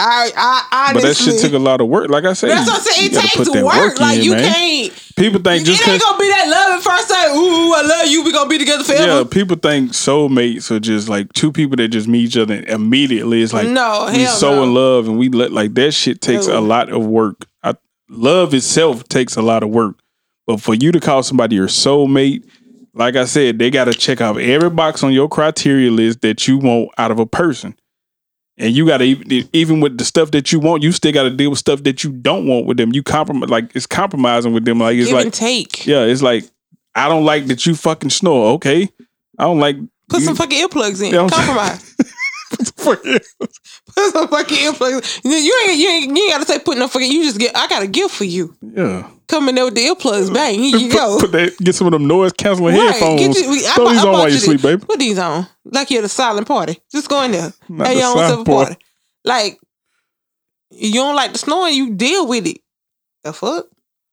B: I I
A: But
B: honestly
A: that shit took a lot of work. Like I said,
B: that's what I'm saying.
A: you
B: It
A: gotta
B: takes
A: put that
B: work. Like
A: in,
B: you
A: man.
B: can't.
A: People think just
B: it ain't
A: because
B: gonna be that love at first sight. Ooh, I love you. We gonna be together forever.
A: Yeah, people think soulmates are just like two people that just meet each other and immediately. It's like
B: no,
A: we
B: hell
A: so
B: no.
A: in love and we let like that shit takes a
B: No.
A: lot of work. I, love itself takes a lot of work, but for you to call somebody your soulmate, like I said, they got to check off every box on your criteria list that you want out of a person. And you gotta even, e, even with the stuff that you want, you still gotta deal with stuff that you don't want with them. You compromise like it's compromising with them. Like it's
B: Give
A: like
B: and take.
A: yeah, it's like I don't like that you fucking snore. Okay, I don't like.
B: Put
A: you-
B: some fucking earplugs in.
A: Yeah, I'm-
B: Compromise. Put some fucking earplugs. in. You ain't you ain't, you ain't gotta say put no fucking. You just get. I got a gift for you.
A: yeah,
B: Coming there with the earplugs. Bang. Here you
A: put,
B: go.
A: put that. Get some of them noise canceling
B: Right,
A: headphones.
B: get you- I
A: Throw
B: bought-
A: these
B: I
A: on
B: bought
A: while you
B: you
A: sleep, baby.
B: Put these on. Like you're at a silent party. Just go in there.
A: Not
B: Have
A: the
B: your own
A: silent
B: silent
A: party.
B: party. Like you don't like the snoring, you deal with it. The fuck?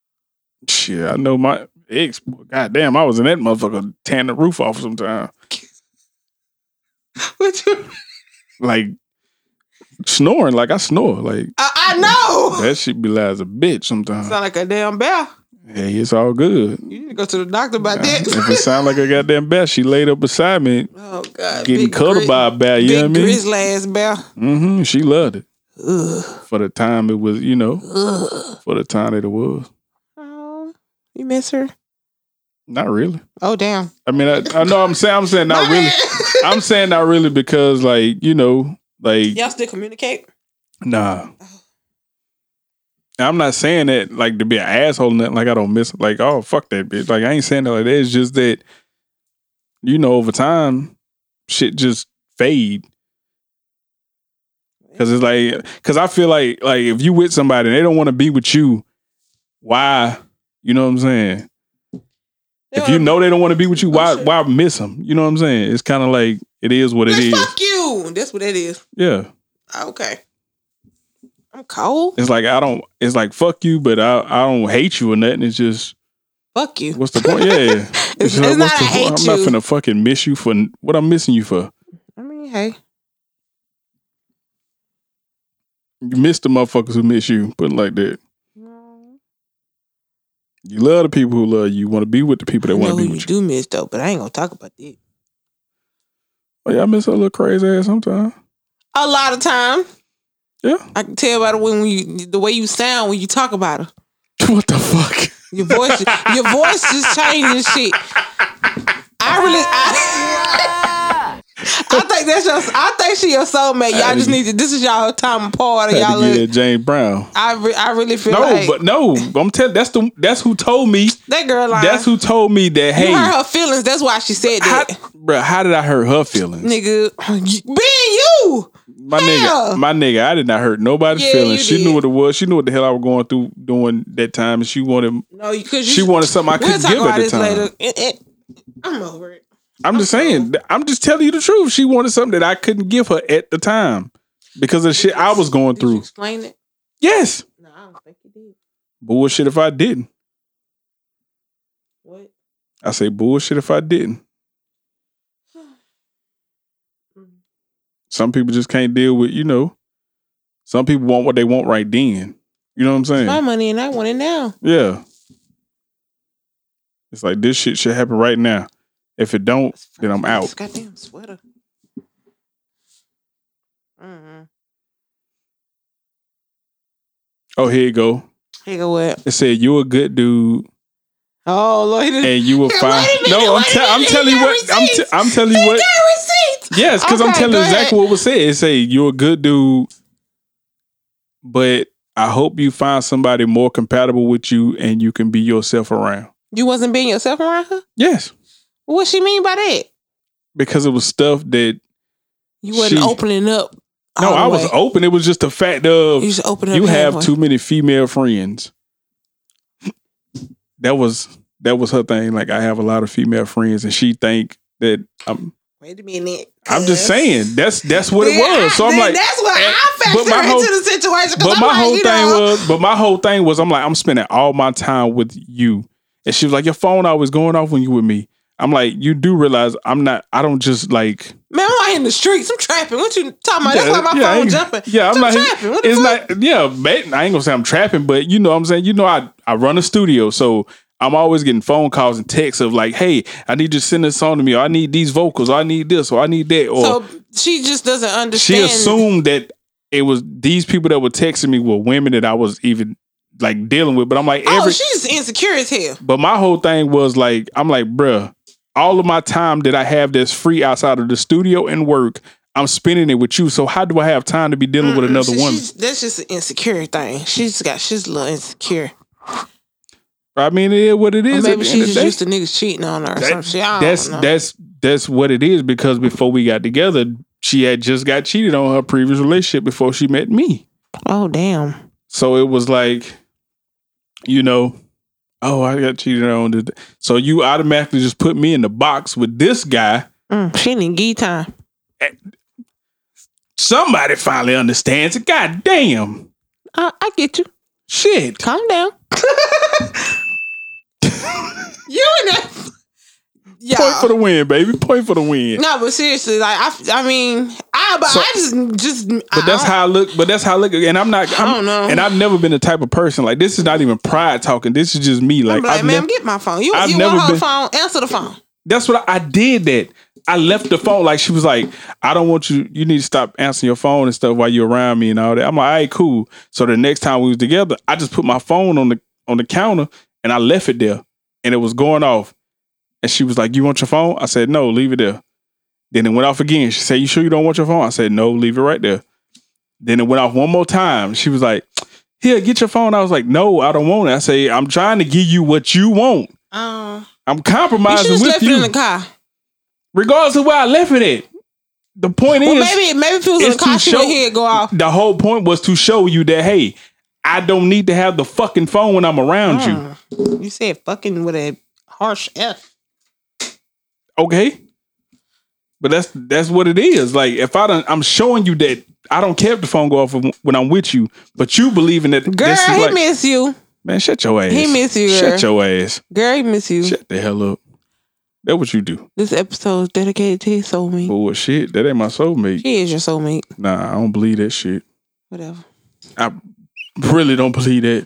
A: Shit, I know my ex. God damn, I was in that motherfucker tearing the roof off sometime.
B: What you-
A: Like snoring, like I snore. Like
B: I, I know.
A: that shit be loud as a bitch sometimes.
B: Sound like a damn bear.
A: Hey, it's all good.
B: You need to go to the doctor about
A: if it
B: that.
A: sound like a goddamn bat, she laid up beside me,
B: oh god.
A: getting
B: Big
A: cuddled
B: gri-
A: by a bat. You
B: big
A: know what I mean?
B: grizzly ass bear.
A: Mm-hmm. She loved it
B: Ugh.
A: for the time it was. You know,
B: Ugh.
A: for the time that it was.
B: Oh, you miss her?
A: Not really.
B: Oh damn.
A: I mean, I, I know I'm saying I'm saying not
B: My
A: really.
B: bad.
A: I'm saying not really because like you know like
B: Y'all still communicate?
A: nah. I'm not saying that like to be an asshole and nothing like I don't miss like oh fuck that bitch like I ain't saying that like that. It's just that you know over time shit just fade. Cause it's like, cause I feel like, like if you with somebody and they don't want to be with you, why? You know what I'm saying? if you know they don't want to be with you, oh, why
B: shit.
A: why miss them? You know what I'm saying? It's kind of like it is what it
B: Bitch,
A: is.
B: fuck you. That's what that is.
A: Yeah,
B: Okay. I'm cold.
A: it's like I don't. It's like fuck you, but I I don't hate you or nothing. It's just
B: Fuck you.
A: what's the point? Yeah, it's,
B: It's, it's
A: like,
B: not
A: what's
B: I
A: the point?
B: hate
A: I'm
B: you.
A: not finna fucking miss you for n- what I'm missing you for.
B: I mean, hey.
A: You miss the motherfuckers who miss you. Put it like that. You love the people who love you. You want to be with the people
B: I
A: that want
B: know
A: to be
B: who you
A: with you.
B: do miss though, but I ain't gonna talk about that.
A: Oh, yeah, I miss her little crazy ass sometimes.
B: A lot of time.
A: Yeah.
B: I can tell by the way when you, the way you sound when you talk about her.
A: What the fuck?
B: Your voice, your voice is changing shit. I really, I, I think that's your, I think she your soulmate. Y'all just need to. This is y'all time apart. Or
A: I had
B: y'all,
A: to get
B: look,
A: that James Brown.
B: I, re, I really feel
A: No,
B: like
A: but no. I'm telling. That's the. That's who told me.
B: that girl. Lying.
A: That's who told me that.
B: You
A: Hey,
B: hurt her feelings. That's why she said
A: how,
B: that,
A: bruh, how did I hurt her feelings?
B: nigga. you- Being you.
A: my
B: hell.
A: nigga, my nigga, I did not hurt nobody's
B: Yeah,
A: feelings.
B: you
A: She knew
B: did.
A: what it was. She knew what the hell I was going through during that time, and she wanted
B: No, because
A: she wanted something I couldn't give at the time.
B: It- it- I'm over it.
A: I'm just saying. th- I'm just telling you the truth. She wanted something that I couldn't give her at the time. because of the shit I was going
B: Did you
A: through.
B: explain it?
A: Yes.
B: No, I don't think you did.
A: Bullshit if I didn't.
B: What?
A: I say bullshit if I didn't.
B: Mm.
A: Some people just can't deal with, you know. Some people want what they want right then. You know what I'm saying?
B: My money and I want it now.
A: Yeah. It's like this shit should happen right now. If it don't, then I'm out.
B: Goddamn sweater. Mm-mm.
A: Oh, here you go.
B: Here go what?
A: It said you a good dude
B: Oh Lord, he done-
A: and you will
B: Wait a
A: find.
B: minute,
A: no, I'm,
B: wait a
A: te- I'm
B: minute,
A: telling you
B: he got
A: what. I'm, te-
B: receipts.
A: I'm telling you
B: he
A: what.
B: got receipts.
A: Yes, because I'm
B: Okay,
A: telling
B: go
A: exactly
B: ahead.
A: what was said. It say you're a good dude, but I hope you find somebody more compatible with you and you can be yourself around.
B: You wasn't being yourself around her.
A: Yes,
B: What she mean by that?
A: because it was stuff that
B: You wasn't
A: She-
B: opening up.
A: no,
B: all the
A: I was
B: way.
A: open. It was just the fact
B: You
A: of
B: just open up.
A: you have
B: halfway.
A: too many female friends. That was that was her thing. Like I have a lot of female friends, and she think that I'm.
B: Wait a minute.
A: I'm just
B: cuz-
A: saying that's that's what it
B: Then I-
A: was. So I'm
B: then
A: like, eh,
B: that's what I
A: but
B: factored
A: my
B: into
A: whole-
B: the situation. 'cause
A: But
B: I'm
A: my
B: like,
A: whole
B: you
A: thing
B: know,
A: was, but my whole thing was, I'm like, I'm spending all my time with you, and she was like, your phone always going off when you with me. I'm like, you do realize I'm not. I don't just like.
B: man, I'm out in the streets. I'm trapping. What you talking about?
A: Yeah,
B: Oh, that's why my
A: yeah, I
B: phone
A: ain't-
B: jumping.
A: Yeah, I'm
B: I'm
A: not.
B: trapping. What the
A: It's
B: fuck?
A: not. Yeah, man, I ain't gonna say I'm trapping, but you know, what I'm saying, you know, I I run a studio, so. I'm always getting phone calls and texts of like, "Hey, I need you to send this song to me. Or I need these vocals. Or I need this. Or I need that." Or
B: So she just doesn't
A: she
B: understand.
A: assumed that it was these people that were texting me were women that I was even like dealing with. But I'm like,
B: Oh,
A: every
B: she's insecure as hell.
A: But my whole thing was like, I'm like, bruh, all of my time that I have that's free outside of the studio and work, I'm spending it with you. So how do I have time to be dealing with another
B: She-
A: woman?
B: she's- That's just an insecure thing. She's got. She's a little insecure.
A: I mean, it is what it
B: Or
A: is. at
B: maybe
A: the end
B: she's
A: of the
B: just used
A: day.
B: to niggas cheating on her or
A: That-
B: some shit. I don't
A: That's
B: know.
A: that's that's what it is because before we got together, she had just got cheated on her previous relationship before she met me.
B: oh damn.
A: So it was like, you know, oh, I got cheated on. today. So you automatically just put me in the box with this guy
B: Mm, she didn't give time.
A: somebody finally understands it. God damn.
B: I, I get you.
A: Shit.
B: Calm down. you and that. Yeah.
A: Point for the win, baby. Point for the win.
B: no, but seriously, like I, I mean, I, but
A: So-
B: I just, just,
A: But that's how I look. But that's how I look. And I'm not. I'm,
B: I don't know.
A: And I've never been the type of person like this. Is not even pride talking. This is just me. Like,
B: I'm like,
A: I've
B: ma'am,
A: nev-
B: get my phone. You,
A: I've
B: you
A: never
B: want her
A: been-
B: phone? Answer the phone.
A: that's what I, I did. That I left the phone. Like she was like, I don't want you. You need to stop answering your phone and stuff while you're around me and all that. I'm like, all right, cool. So the next time we was together, I just put my phone on the on the counter and I left it there, and it was going off. And she was like, "You want your phone?" I said, "No, leave it there." Then it went off again. She said, "You sure you don't want your phone?" I said, "No, leave it right there." Then it went off one more time. She was like, "Here, get your phone." I was like, "No, I don't want it." I say, "I'm trying to give you what you want.
B: Um,
A: I'm
B: you should
A: compromising
B: just
A: with
B: left
A: you."
B: it in the car.
A: regardless of where I left it at. The point
B: Well,
A: is,
B: maybe, maybe if it was in
A: it's
B: the car,
A: too
B: she
A: short.
B: would hear it go off.
A: the whole point was to show you that hey, I don't need to have the fucking phone when I'm around you.
B: Mm. You said fucking with a harsh F.
A: Okay, but that's that's what it is. Like if I don't, I'm showing you that I don't care if the phone go off when I'm with you, but you believing that
B: Girl,
A: this is
B: he
A: like,
B: miss you.
A: man, shut your ass.
B: He miss you,
A: Shut
B: girl.
A: your ass.
B: Girl, he miss you.
A: Shut the hell up. That what you do.
B: This episode is dedicated to his soulmate.
A: Bullshit. That ain't my soulmate.
B: She is your soulmate.
A: Nah, I don't believe that shit.
B: Whatever.
A: I really don't believe that.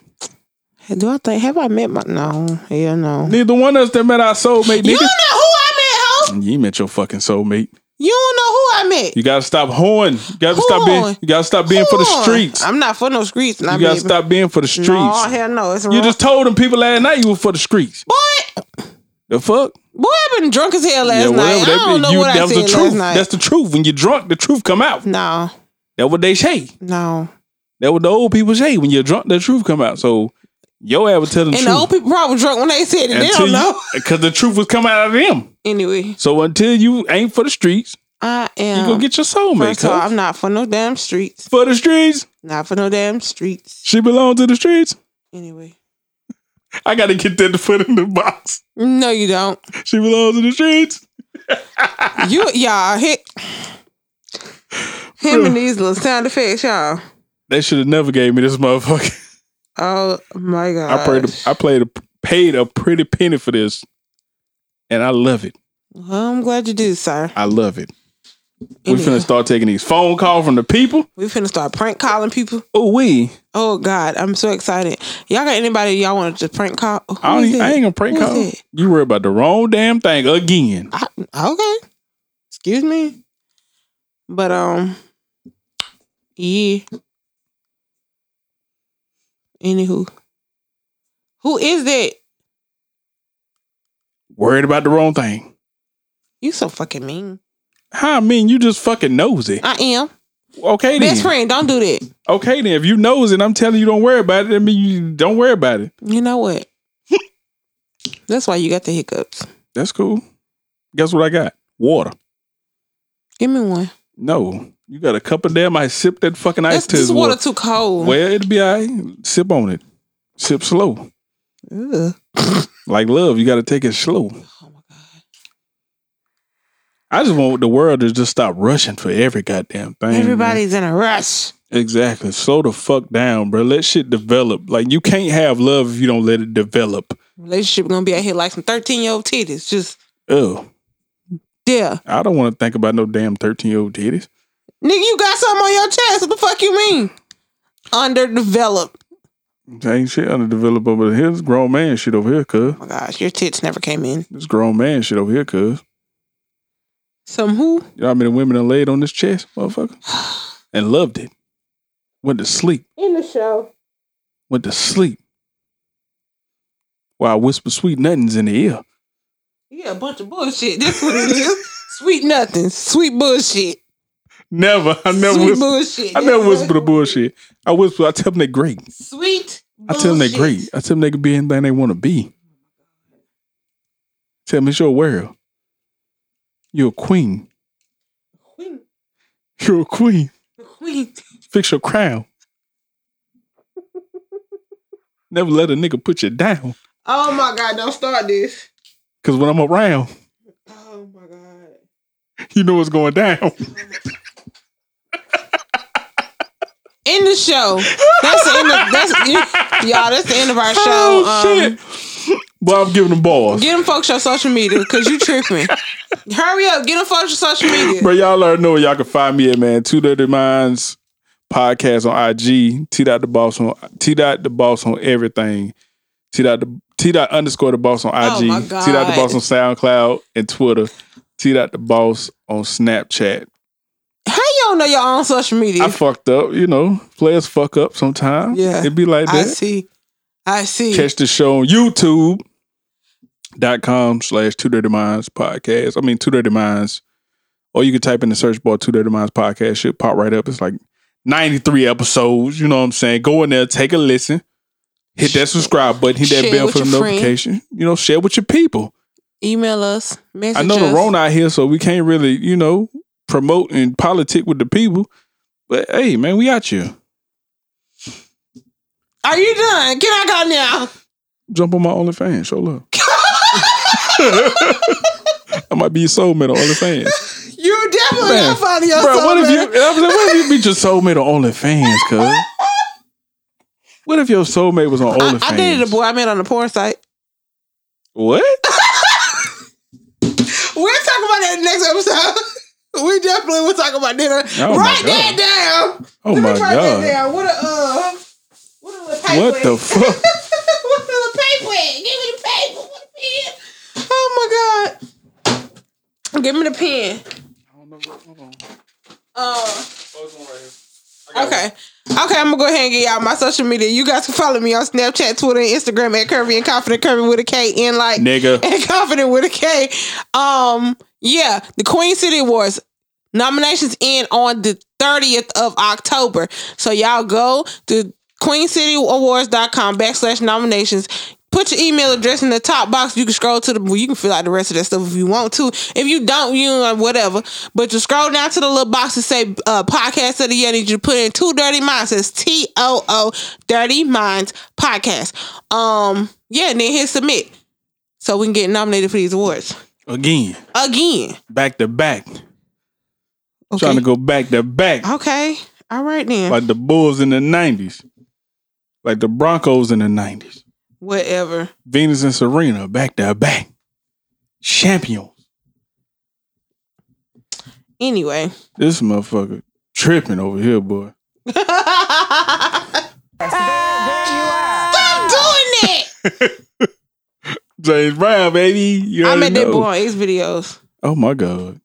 B: Do I think have I met my no? Hell no.
A: Neither one of us that met our soulmate,
B: You
A: nigga.
B: don't know who I met, ho.
A: You ain't met your fucking soulmate.
B: You don't know who I met.
A: You gotta stop hoeing. You gotta
B: Who
A: stop being.
B: hoeing?
A: You gotta stop being for the
B: Come on.
A: streets.
B: I'm not for no streets.
A: you gotta stop being for the streets.
B: No, hell no. It's
A: you
B: wrong.
A: just told them people last night you were for the streets.
B: boy.
A: The fuck?
B: Boy, I've been drunk as hell last night. I
A: that
B: don't
A: be.
B: know
A: You-
B: what
A: that
B: I
A: was the
B: said
A: truth.
B: last night.
A: That's the truth. When you're drunk, the truth come out.
B: no,
A: That what they say.
B: no.
A: That what the old people say. When you're drunk, the truth come out. So your ass was telling the
B: And the
A: truth
B: old people probably drunk when they said it. they don't know.
A: because the truth was coming out of them.
B: Anyway,
A: So until you ain't for the streets,
B: I
A: you
B: am.
A: gonna get your soulmate.
B: First of all,
A: cuz.
B: I'm not for no damn streets.
A: For the streets,
B: Not for no damn streets.
A: she belong to the streets.
B: Anyway.
A: I gotta get that to put in the box.
B: No, you don't.
A: She belongs in the streets.
B: You y'all hit Him and these little sound effects, y'all.
A: They should have never gave me this motherfucker.
B: Oh my god!
A: I played. I played. A, paid a pretty penny for this, and I love it.
B: Well, I'm glad you did, sir.
A: I love it. We
B: Anyway,
A: finna start taking these phone calls from the people.
B: we finna start prank calling people.
A: Oh, we.
B: Oh God, I'm so excited! Y'all got anybody y'all want to prank call? Who
A: I, don't,
B: is
A: even- I
B: that?
A: ain't gonna prank
B: Who is
A: call.
B: that?
A: You worry about the wrong damn thing again.
B: I, okay. Excuse me. But um yeah. Anywho. Who is that?
A: Worried about the wrong thing.
B: You so fucking mean.
A: How I mean, you just fucking nosy.
B: I am.
A: Okay then.
B: Best friend, don't do that.
A: Okay then. If you nosy, and I'm telling you, don't worry about it. I mean, you don't worry about it.
B: You know what? That's why you got the hiccups.
A: That's cool. Guess what I got? Water.
B: Give me one.
A: No, you got a cup of damn. I sip that fucking
B: That's
A: ice to
B: this
A: this
B: water
A: water.
B: too cold.
A: Well, it'll be all right. Sip on it. Sip slow.
B: Ugh.
A: Like love, you got to take it slow.
B: Oh my god.
A: I just want the world to just stop rushing for every goddamn thing. man.
B: Everybody's in a rush.
A: Exactly. Slow the fuck down, bro. Let shit develop. Like you can't have love if you don't let it develop.
B: Relationship gonna be out here like some 13 year old titties. Just
A: Oh,
B: yeah.
A: I don't want to think about no damn thirteen year old titties.
B: Nigga, you got something on your chest. What the fuck you mean? Underdeveloped.
A: Ain't shit underdeveloped over here. This grown man shit over here, cuz.
B: Oh my gosh, your tits never came in.
A: This grown man shit over here, cuz.
B: Some who?
A: You know how many women done laid on this chest, motherfucker? And loved it. Went to sleep.
B: In the show.
A: Went to sleep. While I whisper sweet nothings in the ear.
B: Yeah, a bunch of bullshit. That's what it is. Sweet nothing. Sweet bullshit.
A: Never. I never
B: Sweet
A: whisper.
B: bullshit.
A: I never
B: That's
A: whisper the
B: what-
A: bullshit. I whisper, I tell them they're great.
B: Sweet
A: I
B: bullshit.
A: tell them they're great. I tell them they can be anything they want to be. Tell me it's your world. You're a queen.
B: Queen.
A: You're a queen.
B: Queen.
A: Fix your crown. Never let a nigga put you down.
B: Oh my god, don't start this.
A: Cause when I'm around,
B: Oh my god.
A: you know what's going down.
B: In the show. That's the end of that's y'all, that's the end of our show.
A: oh
B: Um,
A: shit. But I'm giving them balls.
B: Get them folks your social media because you tripping. Hurry up, get them folks your social media.
A: But y'all already know where y'all can find me at man. Two Dirty Minds podcast on IG. T dot the boss on T dot the boss on everything. T dot the T dot underscore the boss on
B: Oh,
A: IG.
B: my
A: T dot the
B: God.
A: boss on SoundCloud and Twitter. T dot the boss on Snapchat.
B: How you don't know your own social media?
A: I fucked up, you know. Players fuck up sometimes.
B: Yeah.
A: It'd be like
B: I
A: that.
B: see. I see.
A: Catch the show on YouTube dot com slash two dirty minds podcast. I mean two dirty minds. Or you can type in the search bar two dirty minds podcast. Shit pop right up. It's like 93 episodes. You know what I'm saying? Go in there, take a listen. Hit that subscribe button, hit that
B: Share
A: bell
B: with
A: for the
B: your friend.
A: notification. You know, share with your people.
B: Email us. Message
A: I know
B: us.
A: the Rona out here, so we can't really, you know, promote and politic with the people. But hey, man, we out here.
B: Are you done? Can I go now?
A: Jump on my OnlyFans. Show love. I might be your soulmate on OnlyFans.
B: You definitely
A: Man,
B: not finding your
A: Bro,
B: social
A: what if you?
B: media.
A: I was like, what if you meet your soulmate on OnlyFans, cuz? What if your soulmate was on
B: I,
A: OnlyFans?
B: I dated a boy I met on a porn site.
A: What?
B: We'll talk about that next episode. we definitely will talk about dinner.
A: Oh, my
B: write
A: God.
B: that down.
A: Oh
B: Let me
A: my
B: write that
A: god!
B: down. What a uh what a little paper.
A: What the fuck?
B: what the paper? Give me the paper. What the pen? Oh my god. Give me the pen. Uh, okay. Okay, I'm gonna go ahead and get y'all my social media. You guys can follow me on Snapchat, Twitter, and Instagram at Curvy and Confident Curvy with a K and like
A: Nigga,
B: and Confident with a K. Um, yeah, the Queen City Awards nominations end on the 30th of October. So y'all go to queencityawards.com backslash nominations. Put your email address in the top box. You can scroll to the well, you can fill out the rest of that stuff if you want to. If you don't, you know, whatever. But you scroll down to the little box and say uh, podcast of the year. Need you to put in two dirty minds. It's T O O Dirty Minds Podcast. Um, yeah, and then hit submit so we can get nominated for these awards
A: again,
B: again.
A: back to back.
B: Okay.
A: Trying to go back to back
B: Okay. All right then.
A: like the Bulls in the nineties, like the Broncos in the nineties,
B: Whatever.
A: Venus and Serena back to back, champions.
B: Anyway.
A: This motherfucker tripping over here, boy.
B: Stop doing that.
A: James Brown, baby. You
B: I
A: already
B: met that
A: know.
B: boy on X videos.
A: Oh my god.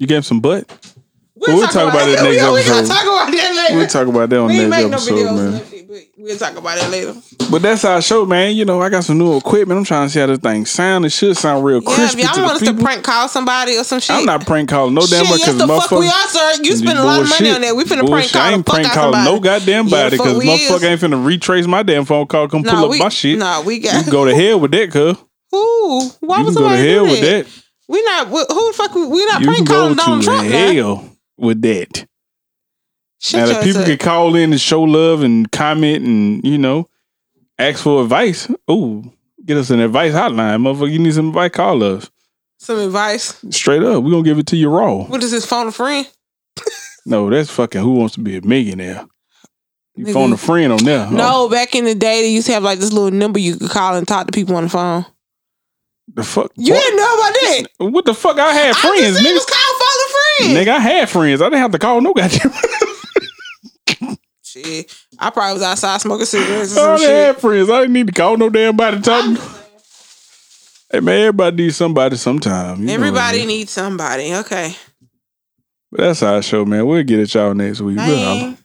A: You gave him some butt.
B: We'll,
A: we'll talk about it next
B: that. we, we gotta
A: episode.
B: talk about that later.
A: We'll talk about that on
B: we
A: the
B: ain't
A: next
B: make no
A: episode,
B: videos
A: man.
B: and that shit, but we'll talk about it later.
A: But that's our show, man. You know, I got some new equipment. I'm trying to see how this thing sound. It should sound real
B: Yeah, if
A: crispy
B: y'all want us
A: to the
B: to
A: people.
B: prank call somebody or some shit.
A: I'm not prank calling no damn
B: Shit,
A: because
B: yes, the fuck we
A: motherfucker.
B: are, sir. You spend a lot of money
A: Bullshit.
B: on that. We finna prank
A: Bullshit.
B: call
A: I
B: the
A: ain't
B: fuck
A: prank
B: out
A: calling
B: somebody.
A: no goddamn
B: Yeah,
A: body
B: fuck
A: because
B: we
A: motherfucker
B: is.
A: ain't finna retrace my damn phone call. Come
B: Nah,
A: pull up
B: we,
A: my shit.
B: Nah, we
A: You
B: got.
A: can go to hell with that, cuz.
B: Ooh, why
A: You can go to
B: was somebody do
A: hell
B: that?
A: with that.
B: We not. wh- Who the fuck? We we not
A: You can
B: prank
A: go
B: calling
A: to
B: Donald Trump now.
A: hell with that.
B: Shut
A: Now,
B: your
A: the people
B: ass
A: can
B: up.
A: call in and show love and comment and, you know, ask for advice. Ooh, get us an advice hotline. Motherfucker, you need some advice, call us.
B: some advice.
A: Straight up. We're going to give it to you raw.
B: What is his phone a friend?
A: No, that's fucking who wants to be a millionaire. You
B: Nigga.
A: phone a friend on there. Oh,
B: No, back in the day they used to have like this little number you could call and talk to people on the phone.
A: the fuck?
B: You
A: what?
B: didn't know about that.
A: What the fuck? I had
B: I just
A: friends,
B: said it
A: nigga.
B: was called phone a friend.
A: Nigga, I had friends. I didn't have to call no goddamn.
B: Shit, I probably was outside smoking cigarettes or
A: I
B: some
A: done
B: shit.
A: had friends. I didn't need to call no damn body. Talking. Hey man, everybody needs somebody sometime. you know what I
B: Everybody
A: mean?
B: needs somebody. Okay.
A: But that's our show, man. We'll get at y'all next week. We'll holler.
B: Bye.